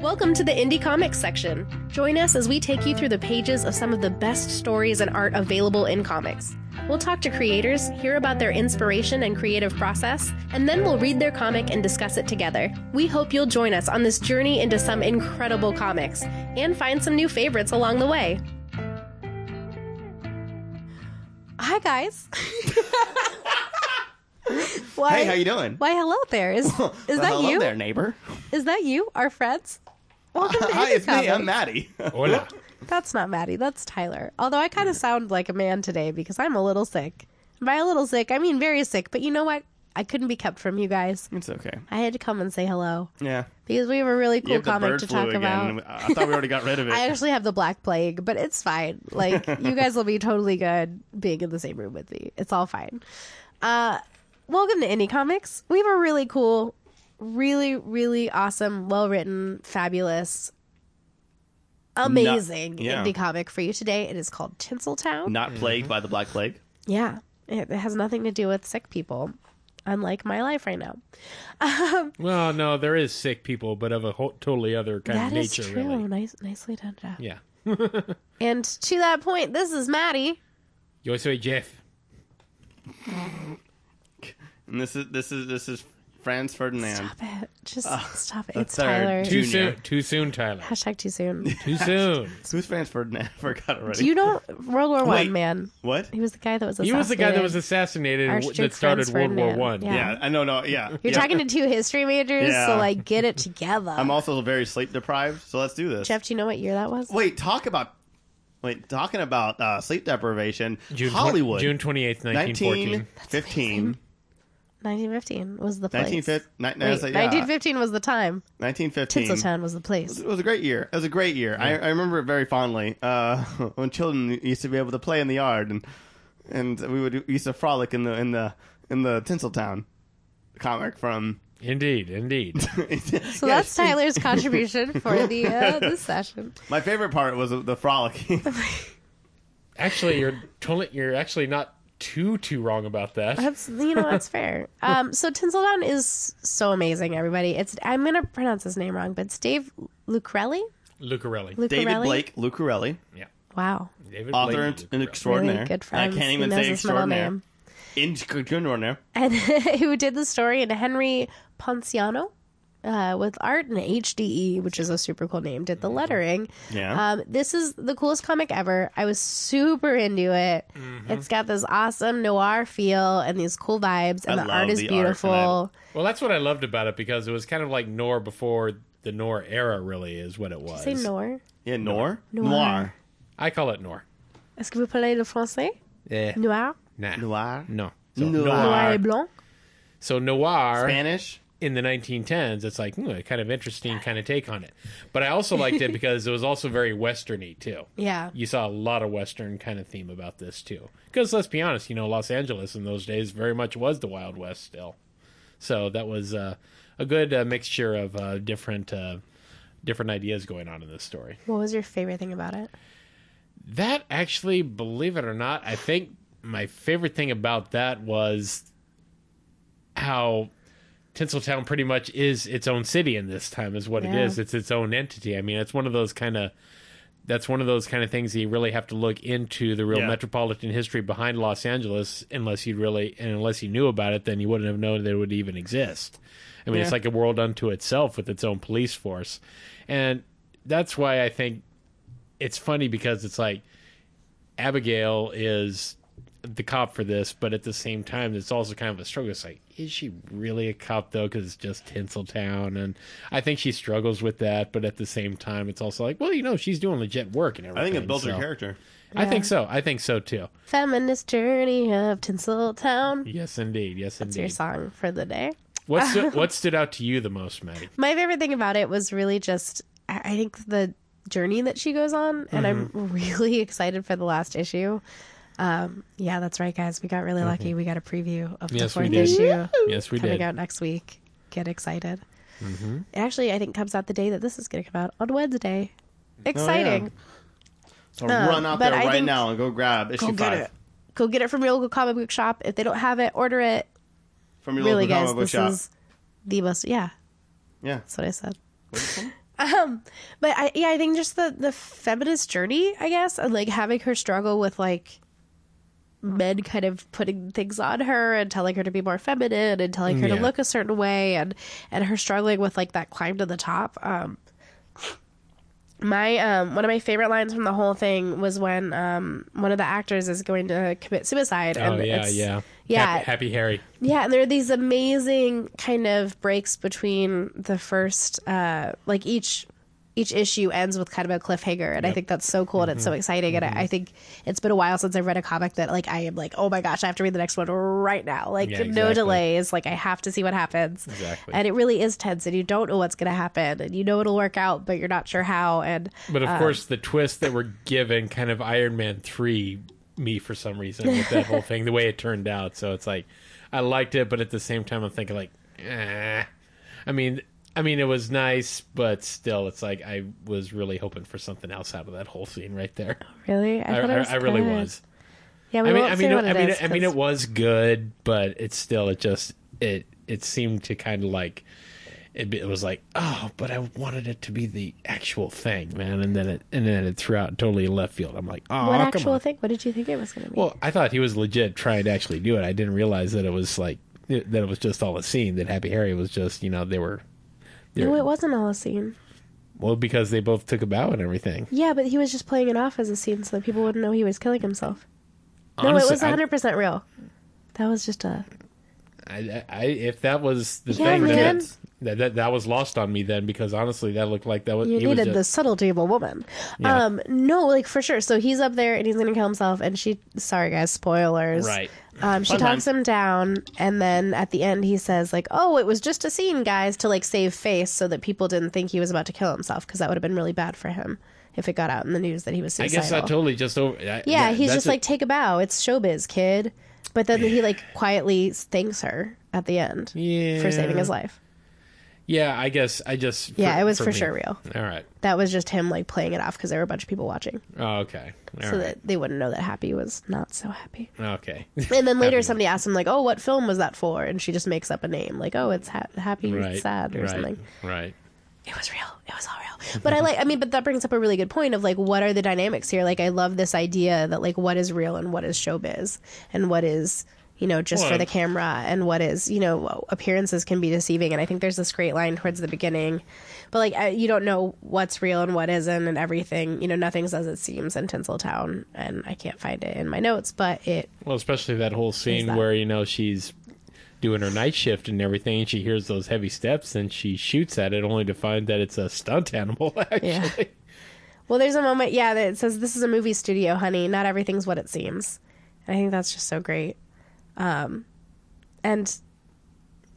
Welcome to the Indie Comics section. Join us as we take you through the pages of some of the best stories and art available in comics. We'll talk to creators, hear about their inspiration and creative process, and then we'll read their comic and discuss it together. We hope you'll join us on this journey into some incredible comics and find some new favorites along the way. Hi, guys. why, Hey, how you doing? why, hello there. Is, is that Hello you? Is there, neighbor. that you, our friends? Welcome to Hi, Indie it's me. Comics. I'm Maddie. Hola. That's not Maddie. That's Tyler. Although I kind of sound like a man today because I'm a little sick. By a little sick, I mean very sick. But you know what? I couldn't be kept from you guys. it's okay. I had to come and say hello Yeah. because we have a really You cool have the comic bird to flu talk again. about. I thought we already got rid of it. I actually have the black plague, but it's fine. Like you guys will be totally good being in the same room with me. It's all fine. Uh, welcome to Indie Comics. We have a really cool, really, really awesome, well written, fabulous, amazing yeah. indie comic for you today. It is called Tinseltown. Mm. Mm-hmm. Not plagued by the Black Plague. Yeah, it, it has nothing to do with sick people, unlike my life right now. Well, no, there is sick people, but of a whole, totally other kind That of is nature, true. really. Nice, nicely done, Jeff. Yeah. And to that point, this is Maddie. Yo soy Jeff. And this is this is this is Franz Ferdinand. Stop it. Just stop it. the It's third Tyler. Too Junior. soon, too soon, Tyler. Hashtag too soon. Too soon. Who's Franz Ferdinand? I forgot already. Do you know World War One Wait. man? what? He was the guy that was He was the guy that was assassinated. assassinated and w- Archduke that started Franz World War Ferdinand. One. Yeah. Yeah, I know. No, yeah. You're yeah. talking to two history majors, so Yeah. like get it together. I'm also very sleep deprived, so let's do this. Jeff, do you know what year that was? Wait, talk about. Wait, talking about uh, sleep deprivation. June twen- Hollywood. June twenty eighth, nineteen fourteen. 1915. 1915 was the place. 1915. Wait, Wait, 1915 was the time. 1915. Tinseltown was the place. It was a great year. It was a great year. I, I remember it very fondly. Uh, when children used to be able to play in the yard, and and we would used to frolic in the in the in the Tinseltown comic from. Indeed, indeed. So that's Tyler's contribution for the uh, this session. My favorite part was the frolicking. actually, you're totally, you're actually not too too wrong about that. That's you know that's fair. Um, so Tinseldown is so amazing, everybody. It's I'm gonna pronounce his name wrong, but it's Dave Lucarelli. Lucarelli. Lucarelli. David Blake Lucarelli, yeah. Wow, David author Blake and, and Lucarelli. extraordinaire. really good friends. I can't he even knows say his middle extraordinaire. name. Extraordinaire. and who did the story and Henry Ponciano uh, with art and HDE, which is a super cool name, did the lettering. Mm-hmm. Yeah. Um, this is the coolest comic ever. I was super into it. Mm-hmm. It's got this awesome noir feel and these cool vibes, and I the love art is the art, and I- beautiful. Well, that's what I loved about it because it was kind of like Nor before the Nor era, really, is what it was. Say noir. yeah, Noir. Noir. I call it Nor. Est-ce que vous parlez le français? Yeah. Noir. Nah. Eh. Noir. No. So, Noir. Noir Noir. et blanc. so noir. Spanish. in the 1910s, it's like hmm, a kind of interesting kind of take on it. But I also liked it because it was also very westerny too. Yeah. You saw a lot of western kind of theme about this too. Because let's be honest, you know, Los Angeles in those days very much was the Wild West still. So that was uh, a good uh, mixture of uh, different uh, different ideas going on in this story. What was your favorite thing about it? That actually, believe it or not, I think my favorite thing about that was how Tinseltown pretty much is its own city in this time is what Yeah. it is. It's its own entity. I mean, it's one of those kind of that's one of those kind of things that you really have to look into the real Yeah. metropolitan history behind Los Angeles unless you really and unless you knew about it then you wouldn't have known that it would even exist. I mean, Yeah. it's like a world unto itself with its own police force. And that's why I think it's funny because it's like Abigail is the cop for this, but at the same time, it's also kind of a struggle. It's like, is she really a cop though? Because it's just Tinseltown, and I think she struggles with that. But at the same time, it's also like, well, you know, she's doing legit work and I everything. think it built so- her character. I think so. I think so too. Feminist Journey of Tinseltown. Yes, indeed. Yes, It's your indeed. song for the day. What stood, what stood out to you the most, Maddie? My favorite thing about it was really just, I I think the journey that she goes on, and I'm Mm-hmm. really excited for the last issue. Um, yeah, that's right, guys. We got really lucky. We got a preview of the Yes, we fourth did. issue Yes, we coming did. out next week. Get excited. Mm-hmm. It actually, I think comes out the day that this is going to come out on Wednesday. Oh, Exciting. So Uh, run out but there I right think- now and go grab issue Go get five it. Go get it from your local comic book shop. If they don't have it, order it. from your really, local guys, comic book this shop. is the most. Yeah, Yeah. that's what I said. Um, But I, yeah, I think just the the feminist journey, I guess, and like having her struggle with like men kind of putting things on her and telling her to be more feminine and telling her to Yeah. look a certain way and and her struggling with like that climb to the top. Um my um one of my favorite lines from the whole thing was when um one of the actors is going to commit suicide Oh and yeah, it's- yeah, Yeah. Happy, Happy Harry. yeah, and there are these amazing kind of breaks between the first, uh, like each each issue ends with kind of a cliffhanger, and I think that's so cool and Mm-hmm. it's so exciting. And I, I think it's been a while since I've read a comic that like I am like, oh my gosh, I have to read the next one right now. Like no Yeah, exactly. delays, like I have to see what happens. Exactly. And it really is tense, and you don't know what's going to happen, and you know it'll work out, but you're not sure how. And But of course, the twist that we're given, kind of Iron Man three, me for some reason with that whole thing, the way it turned out. So it's like, I liked it, but at the same time, I'm thinking like, eh. I mean, I mean, it was nice, but still, it's like I was really hoping for something else out of that whole scene right there. really, I, I, thought I, it was I really good. was. Yeah, we I mean, won't I say mean, what I it mean, is I mean, 'cause- it was good, but it's still, it just, it, it seemed to kind of like, it, be- it was like, oh, but I wanted it to be the actual thing, man, and then it, and then it threw out totally left field. I'm like, oh, what come actual on. thing? What did you think it was going to be? Well, I thought he was legit trying to actually do it. I didn't realize that it was like that it was just all a scene. That Happy Harry was just, you know, they were, they no, were- it wasn't all a scene. well because they both took a bow and everything. Yeah, but he was just playing it off as a scene so that people wouldn't know he was killing himself. no, it Honestly, was I- 100% real. That was just a. I, I, if that was the Yeah, thing, man. then it- that, that that was lost on me then because honestly, that looked like that was You he was needed just- the subtlety of a woman. Yeah. Um, no, like for sure. So he's up there and he's going to kill himself, and she. Sorry, guys, spoilers. right. Um, she Fun talks time. him down, and then at the end, he says, like, oh, it was just a scene, guys, to like save face so that people didn't think he was about to kill himself because that would have been really bad for him if it got out in the news that he was I suicidal. guess I totally just over. I, Yeah, that- he's that's just a- like take a bow. It's showbiz, kid. But then he like quietly thanks her at the end yeah, for saving his life. Yeah, I guess I just Yeah, it was for me. sure real. All right. That was just him like playing it off because there were a bunch of people watching, Oh, okay. All so right. that they wouldn't know that Happy was not so happy. okay. And then later Happy. somebody asked him like, "Oh, what film was that for?" And she just makes up a name like, "Oh, it's ha- Happy right. Sad or right. something." Right. it was real. It was all real. But I like, I mean, but that brings up a really good point of like, what are the dynamics here? Like, I love this idea that like, what is real and what is showbiz and what is, you know, just for Well- the camera and what is, you know, appearances can be deceiving. And I think there's this great line towards the beginning, but like, I, you don't know what's real and what isn't and everything, you know, nothing's as it seems in Tinseltown. And I can't find it in my notes, but it, Well, especially that whole scene that? where you know she's doing her night shift and everything, and she hears those heavy steps, and she shoots at it, only to find that it's a stunt animal. Actually, Yeah. well, there's a moment, yeah, that it says, this is a movie studio, honey. Not everything's what it seems. And I think that's just so great. Um, and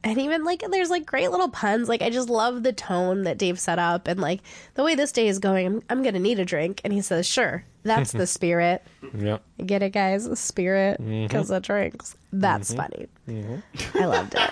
and even like there's like great little puns like i just love the tone that dave set up and like the way this day is going i'm, I'm gonna need a drink and he says sure that's the spirit yeah. get it guys spirit because of drinks that's funny i loved it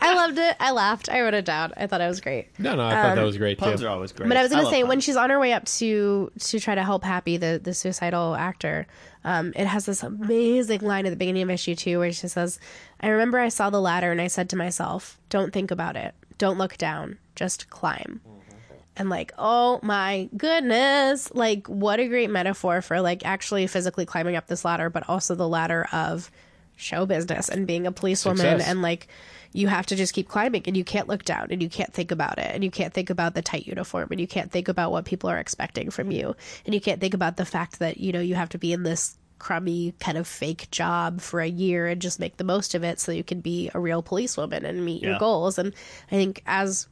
i loved it i laughed i wrote it down i thought it was great No, no, I thought Um, that was great Puns too. are always great. but I was gonna love say puns. when she's on her way up to to try to help Happy, the the suicidal actor, um, it has this amazing line at the beginning of issue two where she says, "I remember I saw the ladder and I said to myself, don't think about it, don't look down, just climb." And like, oh my goodness, like what a great metaphor for like actually physically climbing up this ladder, but also the ladder of show business and being a policewoman Success. and like you have to just keep climbing and you can't look down and you can't think about it and you can't think about the tight uniform and you can't think about what people are expecting from you and you can't think about the fact that you know you have to be in this crummy kind of fake job for a year and just make the most of it so you can be a real policewoman and meet your Yeah. goals and i think as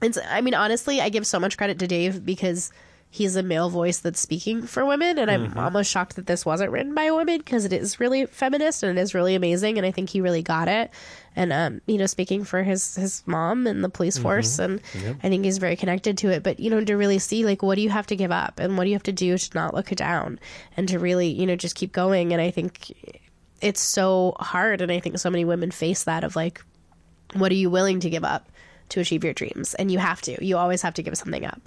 it's i mean honestly i give so much credit to dave because he's a male voice that's speaking for women and i'm almost shocked that this wasn't written by women because it is really feminist and it is really amazing and i think he really got it and um you know speaking for his his mom and the police force and i think he's very connected to it but you know to really see like what do you have to give up and what do you have to do to not look down and to really you know just keep going and i think it's so hard and i think so many women face that of like what are you willing to give up to achieve your dreams and you have to you always have to give something up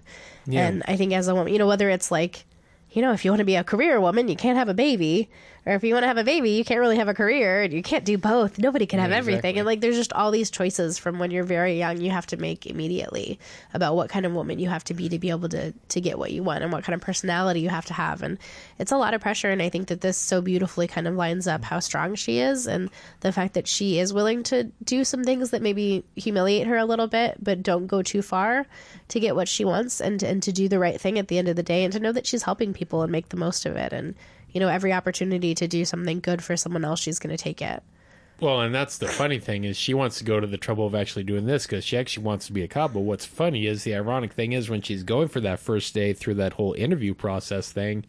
and i think as a woman you know whether it's like you know if you want to be a career woman you can't have a baby or if you want to have a baby, you can't really have a career and you can't do both. Nobody can have Yeah, everything. exactly. And like there's just all these choices from when you're very young you have to make immediately about what kind of woman you have to be to be able to to get what you want and what kind of personality you have to have. And it's a lot of pressure and I think that this so beautifully kind of lines up how strong she is and the fact that she is willing to do some things that maybe humiliate her a little bit but don't go too far to get what she wants and and to do the right thing at the end of the day and to know that she's helping people and make the most of it and you know every opportunity to do something good for someone else she's going to take it Well, and that's the funny thing is she wants to go to the trouble of actually doing this because she actually wants to be a cop. But what's funny is the ironic thing is when she's going for that first day through that whole interview process thing,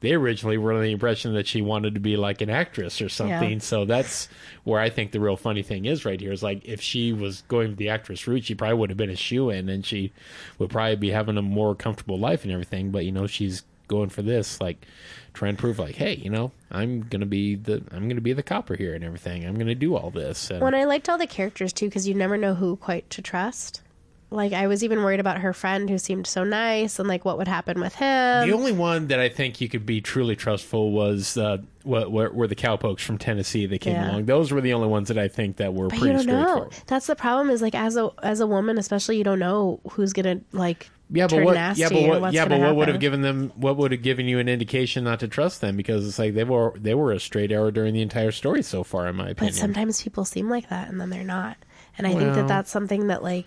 they originally were under the impression that she wanted to be like an actress or something. So that's where I think the real funny thing is right here is like if she was going the actress route, she probably would have been a shoe in and she would probably be having a more comfortable life and everything. But you know, she's going for this like trying to prove like hey you know i'm gonna be the i'm gonna be the copper here and everything i'm gonna do all this and When I liked all the characters too, because you never know who quite to trust. Like I was even worried about her friend who seemed so nice, and like what would happen with him. the only one that i think you could be truly trustful was uh what, what were the cowpokes from tennessee that came Yeah. along those were the only ones that i think that were But you pretty don't know. straightforward That's the problem. Is like as a as a woman, especially, you don't know who's gonna like yeah but turn what nasty. yeah but or what what's yeah but gonna what would have happen. given them what would have given you an indication not to trust them because it's like they were they were a straight arrow during the entire story so far in my But opinion sometimes people seem like that, and then they're not. And I think that Well. that's something that like,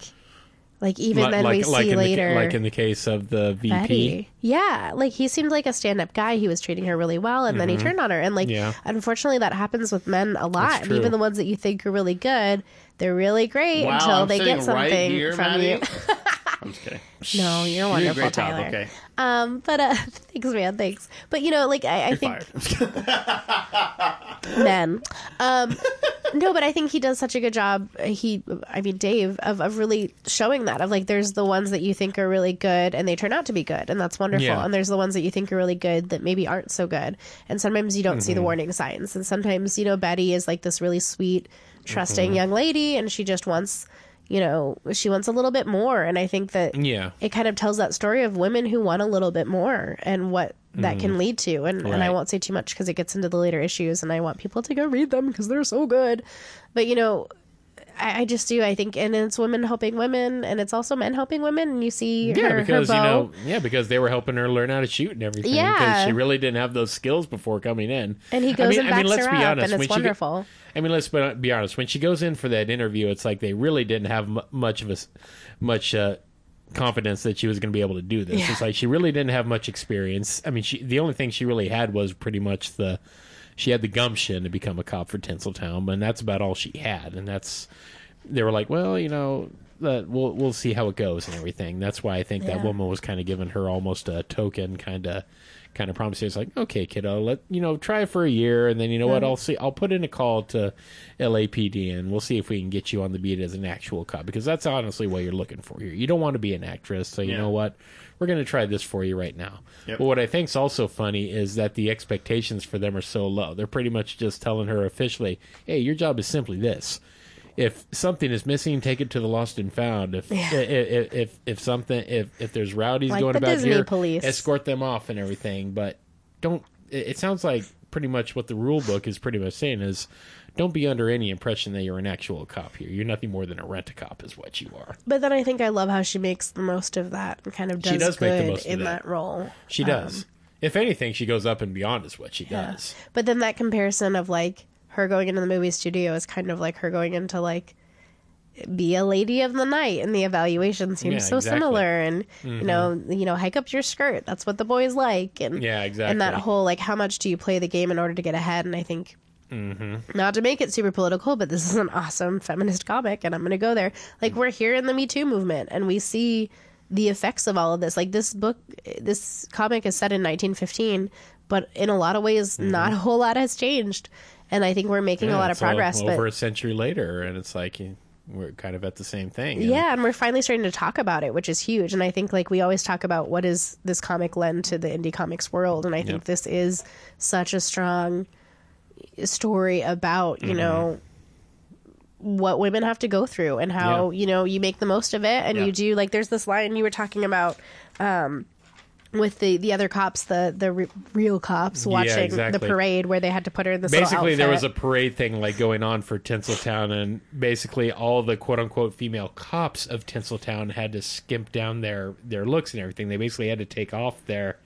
like even Li- then we see in later, the, E ca- like in the case of the vp Betty. Yeah, like he seemed like a stand-up guy. He was treating her really well, and then he turned on her. And like, Mm-hmm. Yeah. unfortunately, that happens with men a lot. That's And true. even the ones that you think are really good, they're really great Wow, until I'm they sitting get something right here, from Maddie. you. I'm just kidding. No, you're You did a wonderful, great job. Tyler. Okay, Um, but uh, thanks, man. Thanks. But you know, like I, I think fired. men. Um, no, but I think he does such a good job. He, I mean, Dave, of, of really showing that of like, there's the ones that you think are really good and they turn out to be good, and that's wonderful. Yeah. And there's the ones that you think are really good that maybe aren't so good. And sometimes you don't see Mm-hmm. the warning signs. And sometimes, you know, Betty is like this really sweet, trusting Mm-hmm. young lady, and she just wants, you know, she wants a little bit more. And I think that yeah it kind of tells that story of women who want a little bit more and what that can lead to. And, and I Mm-hmm. Right. won't say too much because it gets into the later issues, and I want people to go read them because they're so good. But you know, I, I just do. I think, and it's women helping women, and it's also men helping women. And you see, Yeah, her, her because you bow. know, yeah, because they were helping her learn how to shoot and everything. Yeah. because she really didn't have those skills before coming in. and he goes and backs her up, and when it's she go- wonderful. I mean, let's be be honest. When she goes in for that interview, it's like they really didn't have mu much of a s- much uh, confidence that she was going to be able to do this. It's like she really didn't have much experience. I mean, she the only thing she really had was pretty much the she had the gumption to become a cop for Tinseltown, and that's about all she had. And that's they were like, well, you know, that we'll we'll see how it goes and everything. That's why I think Yeah. that woman was kind of giving her almost a token kind of kind of promise. It's like, okay, kiddo, let you know, try for a year, and then you know what? I'll see. I'll put in a call to LAPD, and we'll see if we can get you on the beat as an actual cop because that's honestly what you're looking for here. You don't want to be an actress, so you Yeah. know what? We're going to try this for you right now. Yep. But what I think's also funny is that the expectations for them are so low. They're pretty much just telling her officially, "Hey, your job is simply this." if something is missing, take it to the lost and found. If if, if if something if if there's rowdies Like going the about Disney here, police. escort them off and everything. But don't. It it sounds like pretty much what the rule book is pretty much saying is, don't be under any impression that you're an actual cop here. You're nothing more than a rent a cop, is what you are. But then I think I love how she makes the most of that and kind of does, She does make good the most of in that. that. role. She does. if anything, she goes up and beyond is what she does. But then that comparison of like her going into the movie studio is kind of like her going into like be a lady of the night and the evaluation seems Yeah, so exactly. Mm-hmm. similar and you know you know hike up your skirt that's what the boys like and Yeah, and that exactly. whole like how much do you play the game in order to get ahead and i think Mm-hmm. not to make it super political, but this is an awesome feminist comic, and I'm going to go there. Like, we're here in the Me Too movement, and we see the effects of all of this. Like, this book, this comic is set in 1915, but in a lot of ways, Mm-hmm. not a whole lot has changed. And I think we're making a lot of So progress. over But a century later, and it's like you- we're kind of at the same thing. And yeah, and we're finally starting to talk about it, which is huge. And I think, like, we always talk about what is this comic lend to the indie comics world. And I think Yep. this is such a strong story about, Mm-hmm. you know, what women have to go through and how, you know, you make the most of it and Yeah. you do, like, there's this line you were talking about um, with the the other cops, the the re- real cops watching the exactly. parade where they had to put her in this. little basically there was a outfit. parade thing like going on for tinseltown and basically all the quote unquote female cops of tinseltown had to skimp down their their looks and everything they basically had to take off their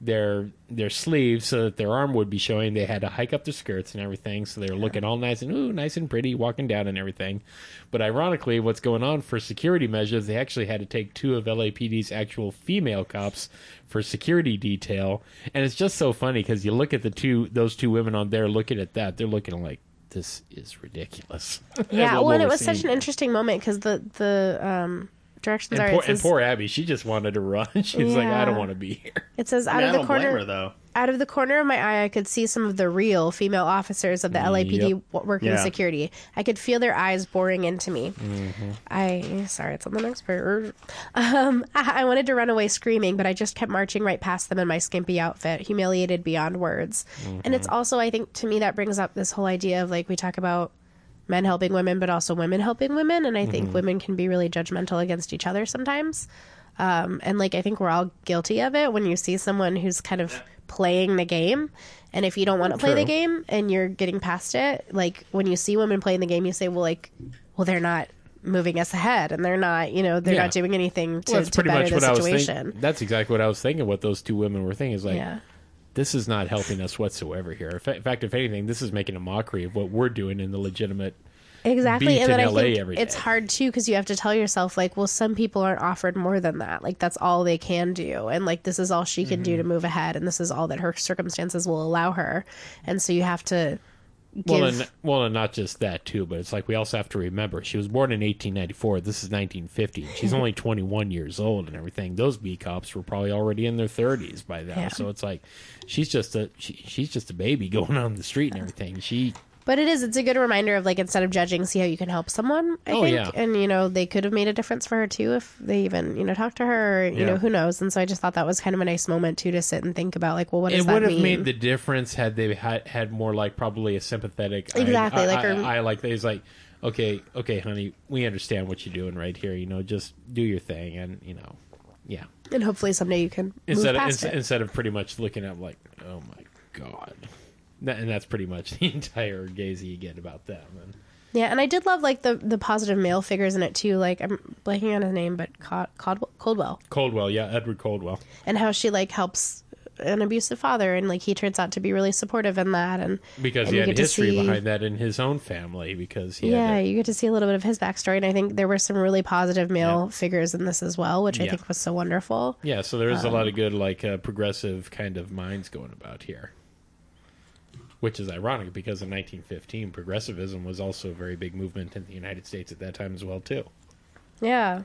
their their sleeves so that their arm would be showing they had to hike up their skirts and everything so they were looking all nice and ooh nice and pretty walking down and everything but ironically what's going on for security measures they actually had to take two of lapd's actual female cops for security detail and it's just so funny because you look at the two those two women on there looking at that they're looking like this is ridiculous yeah. Well, and it was such such an interesting moment because the the um, directions and, are. poor, it and says, poor Abby, she just wanted to run. She's like, Yeah. I don't want to be here. it says out I, mean, I of don't the corner. blame her though. out of the corner of my eye, I could see some of the real female officers of the LAPD Yep. w- working Yeah. security. I could feel their eyes boring into me. Mm-hmm. I sorry, it's on the next part. Um, I, I wanted to run away screaming, but I just kept marching right past them in my skimpy outfit, humiliated beyond words. And it's Mm-hmm. also, I think, to me that brings up this whole idea of like we talk about men helping women, but also women helping women, and I Mm-hmm. think women can be really judgmental against each other sometimes Um, and like I think we're all guilty of it when you see someone who's kind of playing the game. And if you don't want to play the True. game and you're getting past it, like when you see women playing the game, you say, "Well, like, well, they're not moving us ahead, and they're not, you know, they're Yeah. not doing anything to, Well, that's to pretty better much the what I was situation." thinking. That's exactly what I was thinking. What those two women were thinking is like, Yeah. this is not helping us whatsoever here. In fa- in fact, if anything, this is making a mockery of what we're doing in the legitimate. Exactly, beat and then in I LA think every it's day. hard too because you have to tell yourself like, well, some people aren't offered more than that. Like that's all they can do, and like this is all she can Mm-hmm. do to move ahead, and this is all that her circumstances will allow her, and so you have to give. Well, and well, and not just that too, but it's like we also have to remember she was born in 1894. This is 1950. She's only 21 years old and everything. Those B cops were probably already in their 30s by now. Yeah. So it's like she's just a she, she's just a baby going on the street Uh, and everything. She But it is. It's a good reminder of like instead of judging, see how you can help someone. I Oh, think, yeah. and you know they could have made a difference for her too if they even you know talked to her. Or, you know Yeah. who knows. And so I just thought that was kind of a nice moment too to sit and think about like, well, what does it that would have mean? made the difference had they had, had more like probably a sympathetic I- Exactly, I, like I, her- I like that. He's like, okay, okay, honey, we understand what you're doing right here. You know, just do your thing, and you know, yeah. and hopefully someday you can Instead move of past ins- it. instead of pretty much looking at like, oh my god, That- and that's pretty much the entire gaze you get about them. And Yeah, and I did love like the the positive male figures in it too. Like I'm blanking on his name, but Cod- Codwell, Coldwell, Coldwell, yeah, Edward Coldwell. and how she like helps an abusive father, and like he turns out to be really supportive in that, and Because and he you had get to history see- behind that in his own family, because he yeah, had you get to see a little bit of his backstory, and I think there were some really positive male figures in this as well, which I Yeah. think was so wonderful. Yeah, so there is a Um, lot of good, like uh, progressive kind of minds going about here, which is ironic because in 1915, progressivism was also a very big movement in the United States at that time as well, too. Yeah,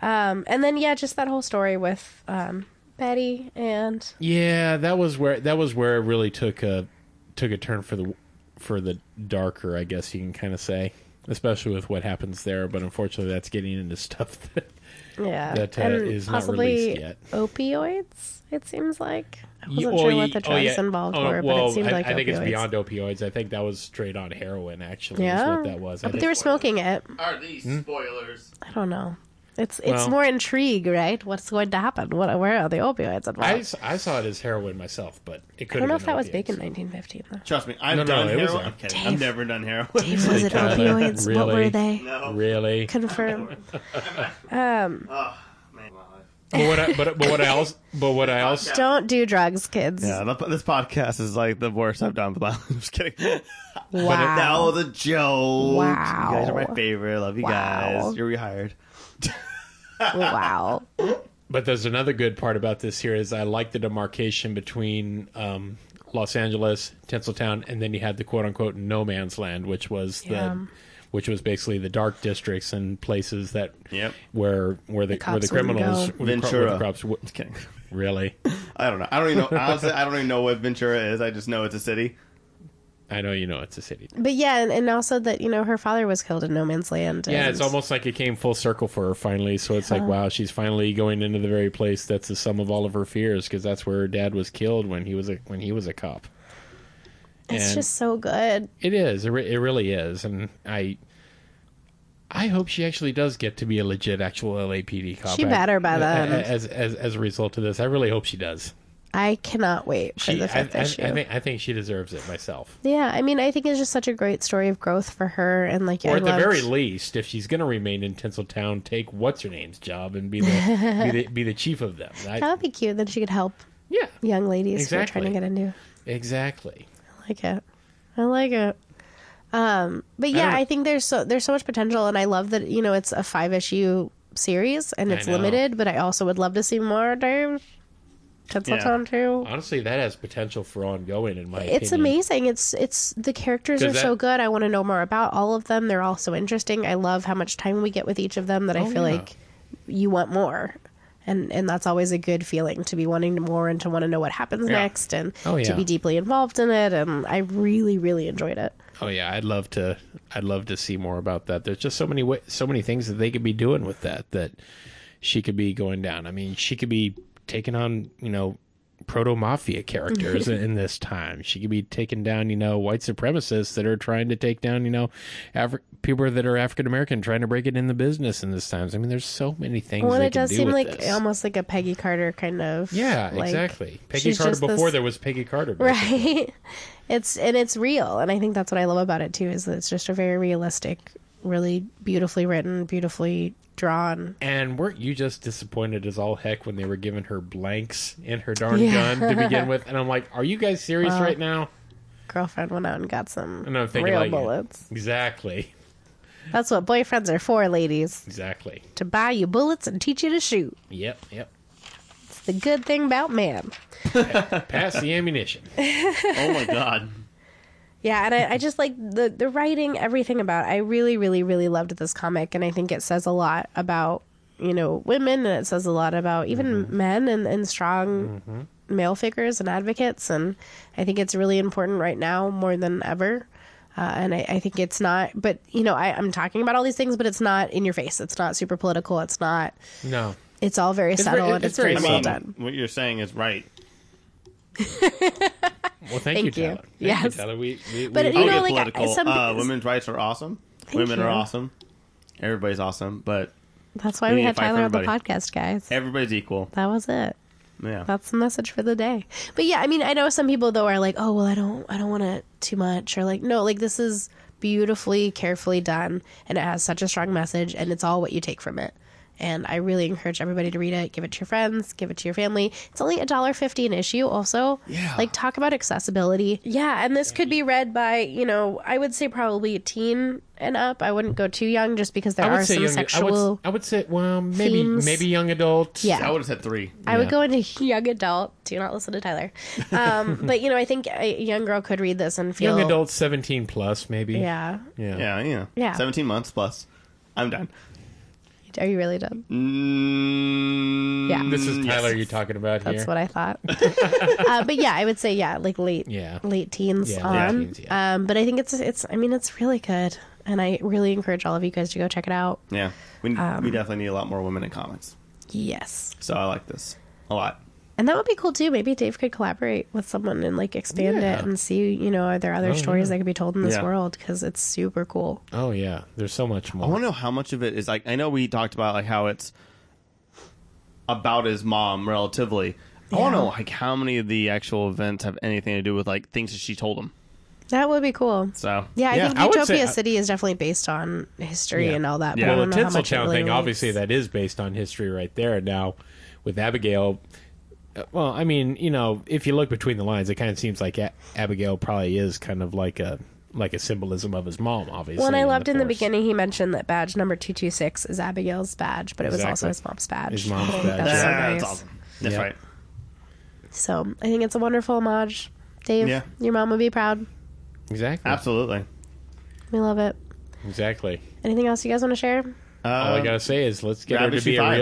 um, and then yeah, just that whole story with um, Betty and Yeah, that was where that was where it really took a took a turn for the for the darker, I guess you can kind of say, especially with what happens there. But unfortunately, that's getting into stuff that yeah, That, uh, and is not released yet. opioids. It seems like I wasn't Oh, sure ye- what the oh, drugs yeah. involved Oh, were, but well, it seemed I, like I think opioids. it's beyond opioids. I think that was straight on heroin. Actually, Yeah, is what that was. I but think- they were smoking it. Are these spoilers? I don't know. It's it's Well- more intrigue, right? What's going to happen? What where are the opioids involved? I, I, s- I saw it as heroin myself, but it could. don't know have if that was been big in 1915 though. Trust me, I've No, no, done it was heroin. there. I'm kidding. I've never done heroin. Was it kinda, opioids? What were really? they? no. opiates. Really? Confirm. Man, my life. But what I, but, but what I also but what I also Don't do drugs, kids. Yeah, the, this podcast is like the worst I've done. But I'm just kidding. That Wow. was a joke. Wow. You guys are my favorite. Love you Wow. guys. You're rehired. wow. but there's another good part about this here is I like the demarcation between um, Los Angeles, Tinseltown, and then you had the quote unquote no man's land, which was Yeah. the which was basically the dark districts and places that Yep. where where the, where the cops wouldn't criminals go. where the cro- where Ventura. the cops wou- Just kidding. really I don't know. I don't even know. Honestly, I don't even know what Ventura is. I just know it's a city. I know you know it's a city But yeah, and, and also that you know her father was killed in No Man's Land. Yeah, and- it's almost like it came full circle for her finally. So it's like, wow, she's finally going into the very place that's the sum of all of her fears because that's where her dad was killed when he was a when he was a cop. it's and- just so good. It is. It, re- it really is. And I I hope she actually does get to be a legit, actual LAPD cop. She better by a- then. a- As, as as a result of this, I really hope she does. I cannot wait for She, the I, I, I fifth issue. think I think she deserves it myself. yeah, I mean, I think it's just such a great story of growth for her, and like, Or I at loved- the very least, if she's going to remain in Tinseltown, take what's her name's job and be the be, the, be the chief of them. I- that would be cute. Then she could help yeah, young ladies who are trying Exactly. to get into. exactly. I like it. I like it. Um, but yeah, don't- I, think there's so there's so much potential, and I love that you know it's a five issue series and it's know. limited. But I also would love to see more, Dave. Tinseltown too. Honestly, that has potential for ongoing. In my It's opinion. amazing. It's it's the characters are 'Cause so that- good. I want to know more about all of them. They're all so interesting. I love how much time we get with each of them. That I feel Oh, yeah. like you want more. And, and that's always a good feeling to be wanting more and to want to know what happens next and Oh, to yeah. be deeply involved in it. And I really, really enjoyed it. Oh yeah, I'd love to. I'd love to see more about that. There's just so many wa- so many things that they could be doing with that that she could be going down. I mean, she could be taking on you know proto mafia characters in this time. She could be taking down you know white supremacists that are trying to take down you know Afri- people that are African American trying to break it into business in this times. I mean, there's so many things. Well, and they it can does do seem with like this. almost like a Peggy Carter kind of. yeah, like, exactly. Peggy she's Carter just this- before there was Peggy Carter. Right. It's and it's real, and I think that's what I love about it too. Is that it's just a very realistic, really beautifully written, beautifully drawn. And weren't you just disappointed as all heck when they were giving her blanks in her darn Yeah. Uh, gun to begin with? And I'm like, are you guys serious Well, right now? Girlfriend went out and got some And I'm thinking real like, bullets. exactly, That's what boyfriends are for, ladies. exactly. To buy you bullets and teach you to shoot. Yep, yep. It's the good thing about man. Pass the ammunition. Oh my god. Yeah, and I, I just like the the writing, everything about. It. I really, really, really loved this comic, and I think it says a lot about you know women, and it says a lot about even Mm-hmm. men and and strong male figures and advocates. And I think it's really important right now more than ever. Uh, and I, I think it's not, but you know, I, I'm talking about all these things, but it's not in your face. It's not super political. It's not. No, It's all very very- subtle and it's it's very, very well subtle. done. what you're saying is right. well, thank, you, Thank you. Tyler. Thank you, Yes. Tyler. We, we, But we- it- I'll You know, get like, political. some- uh, women's rights are awesome. Women are you. awesome. Everybody's awesome, but That's why We we, need to had fight for Tyler on the everybody. podcast, guys. everybody's equal. That was it. Yeah. that's the message for the day. But yeah, I mean, I know some people though are like, "Oh, well, I don't, I don't want it too much," or like, "No, like this is beautifully, carefully done, and it has such a strong message, and it's all what you take from it." And I really encourage everybody to read it. Give it to your friends. Give it to your family. It's only a dollar fifty an issue. Also, Yeah. like talk about accessibility. Yeah, and this could be read by you know I would say probably a teen and up. I wouldn't go too young just because there I are would say some young. sexual. I would, I would say, well, maybe themes. maybe young adult. yeah, I would have said three. I would Yeah. go into young adult. Do not listen to Tyler. Um, but you know, I think a young girl could read this and feel young adult, seventeen plus, maybe. Yeah, yeah. Yeah, yeah. Yeah. 17 months plus. I'm done. are you really done? Mm, Yeah. This is yes. Tyler you're talking about That's here. what I thought. uh, but yeah, I would say yeah, like late, Yeah. late teens Yeah, late on. teens, yeah. um, but I think it's it's. I mean, it's really good, and I really encourage all of you guys to go check it out. Yeah. We, Um, we definitely need a lot more women in comics. Yes, So I like this a lot. and that would be cool too. Maybe Dave could collaborate with someone and like expand Yeah. it and see. You know, are there other Oh, stories yeah. that could be told in this Yeah. world? Because it's super cool. Oh yeah, there's so much more. I want to know how much of it is like I know we talked about like how it's about his mom relatively. I want to Yeah. know like how many of the actual events have anything to do with like things that she told him. That would be cool. So Yeah, I think I would Utopia say- uh, City is definitely based on history Yeah. and all that. Yeah. But I Well, don't the know how much it Tinseltown really thing, relates. obviously, that is based on history right there. Now, with Abigail, uh, well, I mean, you know, if you look between the lines, it kind of seems like a- Abigail probably is kind of like a like a symbolism of his mom, obviously. Well, and I loved in the Force. beginning he mentioned that badge number two two six is Abigail's badge, but it was also Exactly. his mom's badge. His mom's I think badge, that's yeah. so Yeah, nice. that's awesome. That's Yeah. right. So I think it's a wonderful homage. Dave, Yeah. your mom would be proud. Exactly. Absolutely. We love it. Exactly. Anything else you guys want to share? Uh, All I gotta say is let's get grab her to issue be a five.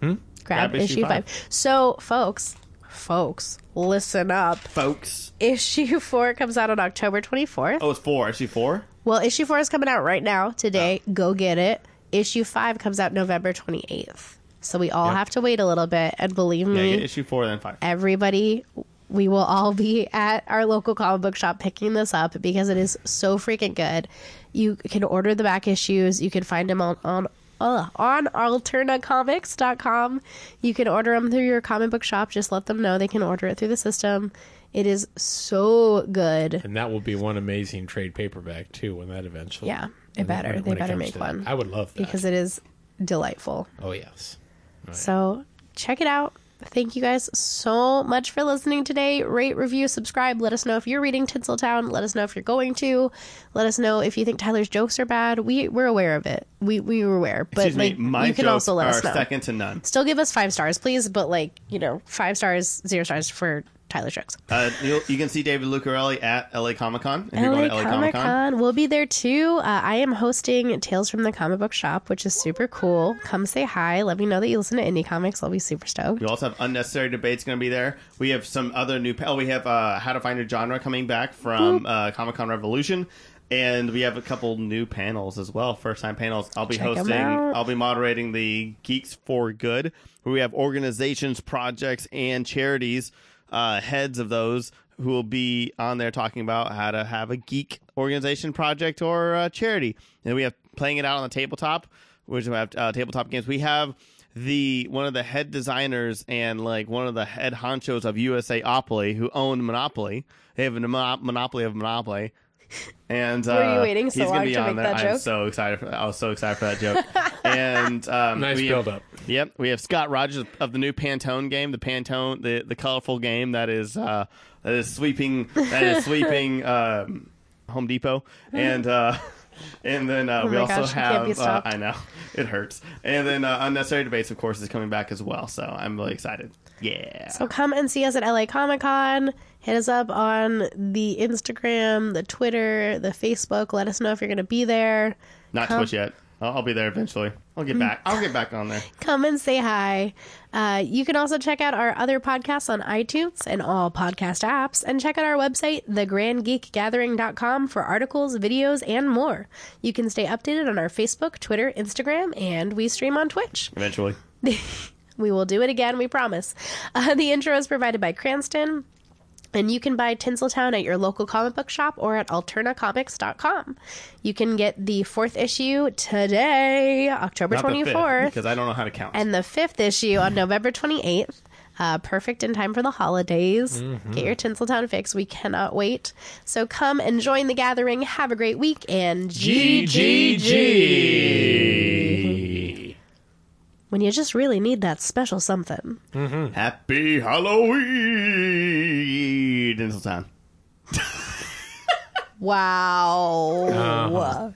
real. Grab, issue five. So, folks, folks, listen up. folks. Issue four comes out on October twenty fourth. Oh, it's four. Issue four. Well, issue four is coming out right now today. Go get it. Issue five comes out November 28th. So we all have to wait a little bit. And believe Yeah, me, Eh, get issue four then five. everybody we will all be at our local comic book shop picking this up because it is so freaking good. You can order the back issues. You can find them on on uh, on alternacomics.com. You can order them through your comic book shop. Just let them know they can order it through the system. It is so good. And that will be one amazing trade paperback too when that eventually. Yeah, it better. when They it better comes make to that. one I would love that. because it is delightful. oh yes. So check it out. Thank you guys so much for listening today. Rate, review, subscribe. Let us know if you're reading Tinseltown. Let us know if you're going to. Let us know if you think Tyler's jokes are bad. We we're aware of it. We we were aware, but Excuse like me. My you can jokes also let are us know. second to none. Still give us five stars, please. But like you know, five stars, zero stars for Tyler's jokes. Uh, you'll, you can see David Lucarelli at LA Comic Con. If you're LA going to LA Comic Comic Con, Con. We'll be there too. Uh, I am hosting Tales from the Comic Book Shop, which is super cool. Come say hi. Let me know that you listen to indie comics. I'll be super stoked. you also have unnecessary debates going to be there. We have some other new. pa- Oh, we have uh, How to Find Your Genre coming back from uh, Comic Con Revolution, and we have a couple new panels as well. First time panels. I'll be Check 'em hosting. out. I'll be moderating the Geeks for Good, where we have organizations, projects, and charities uh, heads of those who will be on there talking about how to have a geek organization, project, or uh, charity. And we have playing it out on the tabletop, which we have uh, tabletop games. We have the one of the head designers and like one of the head honchos of USAopoly who owned Monopoly. They have a mon- monopoly of Monopoly. And uh, Were you waiting so he's gonna long be to on make there. that I'm joke? so excited! For that. I was so excited for that joke. and um, Nice we have- build up. Yep, we have Scott Rogers of the new Pantone game, the Pantone, the the colorful game that is uh, that is sweeping that is sweeping um, Home Depot, and uh, and then uh, we my also gosh, you can't be have uh, stopped. I know it hurts, and then uh, unnecessary debates, of course, is coming back as well. So I'm really excited. Yeah, So come and see us at LA Comic Con. Hit us up on the Instagram, the Twitter, the Facebook. Let us know if you're going to be there. not Twitch yet. I'll, I'll be there eventually. I'll get back. I'll get back on there. Come and say hi. Uh, you can also check out our other podcasts on iTunes and all podcast apps. And check out our website, thegrandgeekgathering.com, for articles, videos, and more. You can stay updated on our Facebook, Twitter, Instagram, and we stream on Twitch. Eventually. We will do it again, we promise. Uh, the intro is provided by Cranston, and you can buy Tinseltown at your local comic book shop or at alternacomics.com. You can get the fourth issue today, October Not the fifth, 24th, because I don't know how to count. and the fifth issue on November 28th. Uh, perfect in time for the holidays. Mm-hmm. Get your Tinseltown fix. We cannot wait. So come and join the gathering. Have a great week and GGG. When you just really need that special something. Happy Halloween, Dinseltown. Uh-huh. Wow.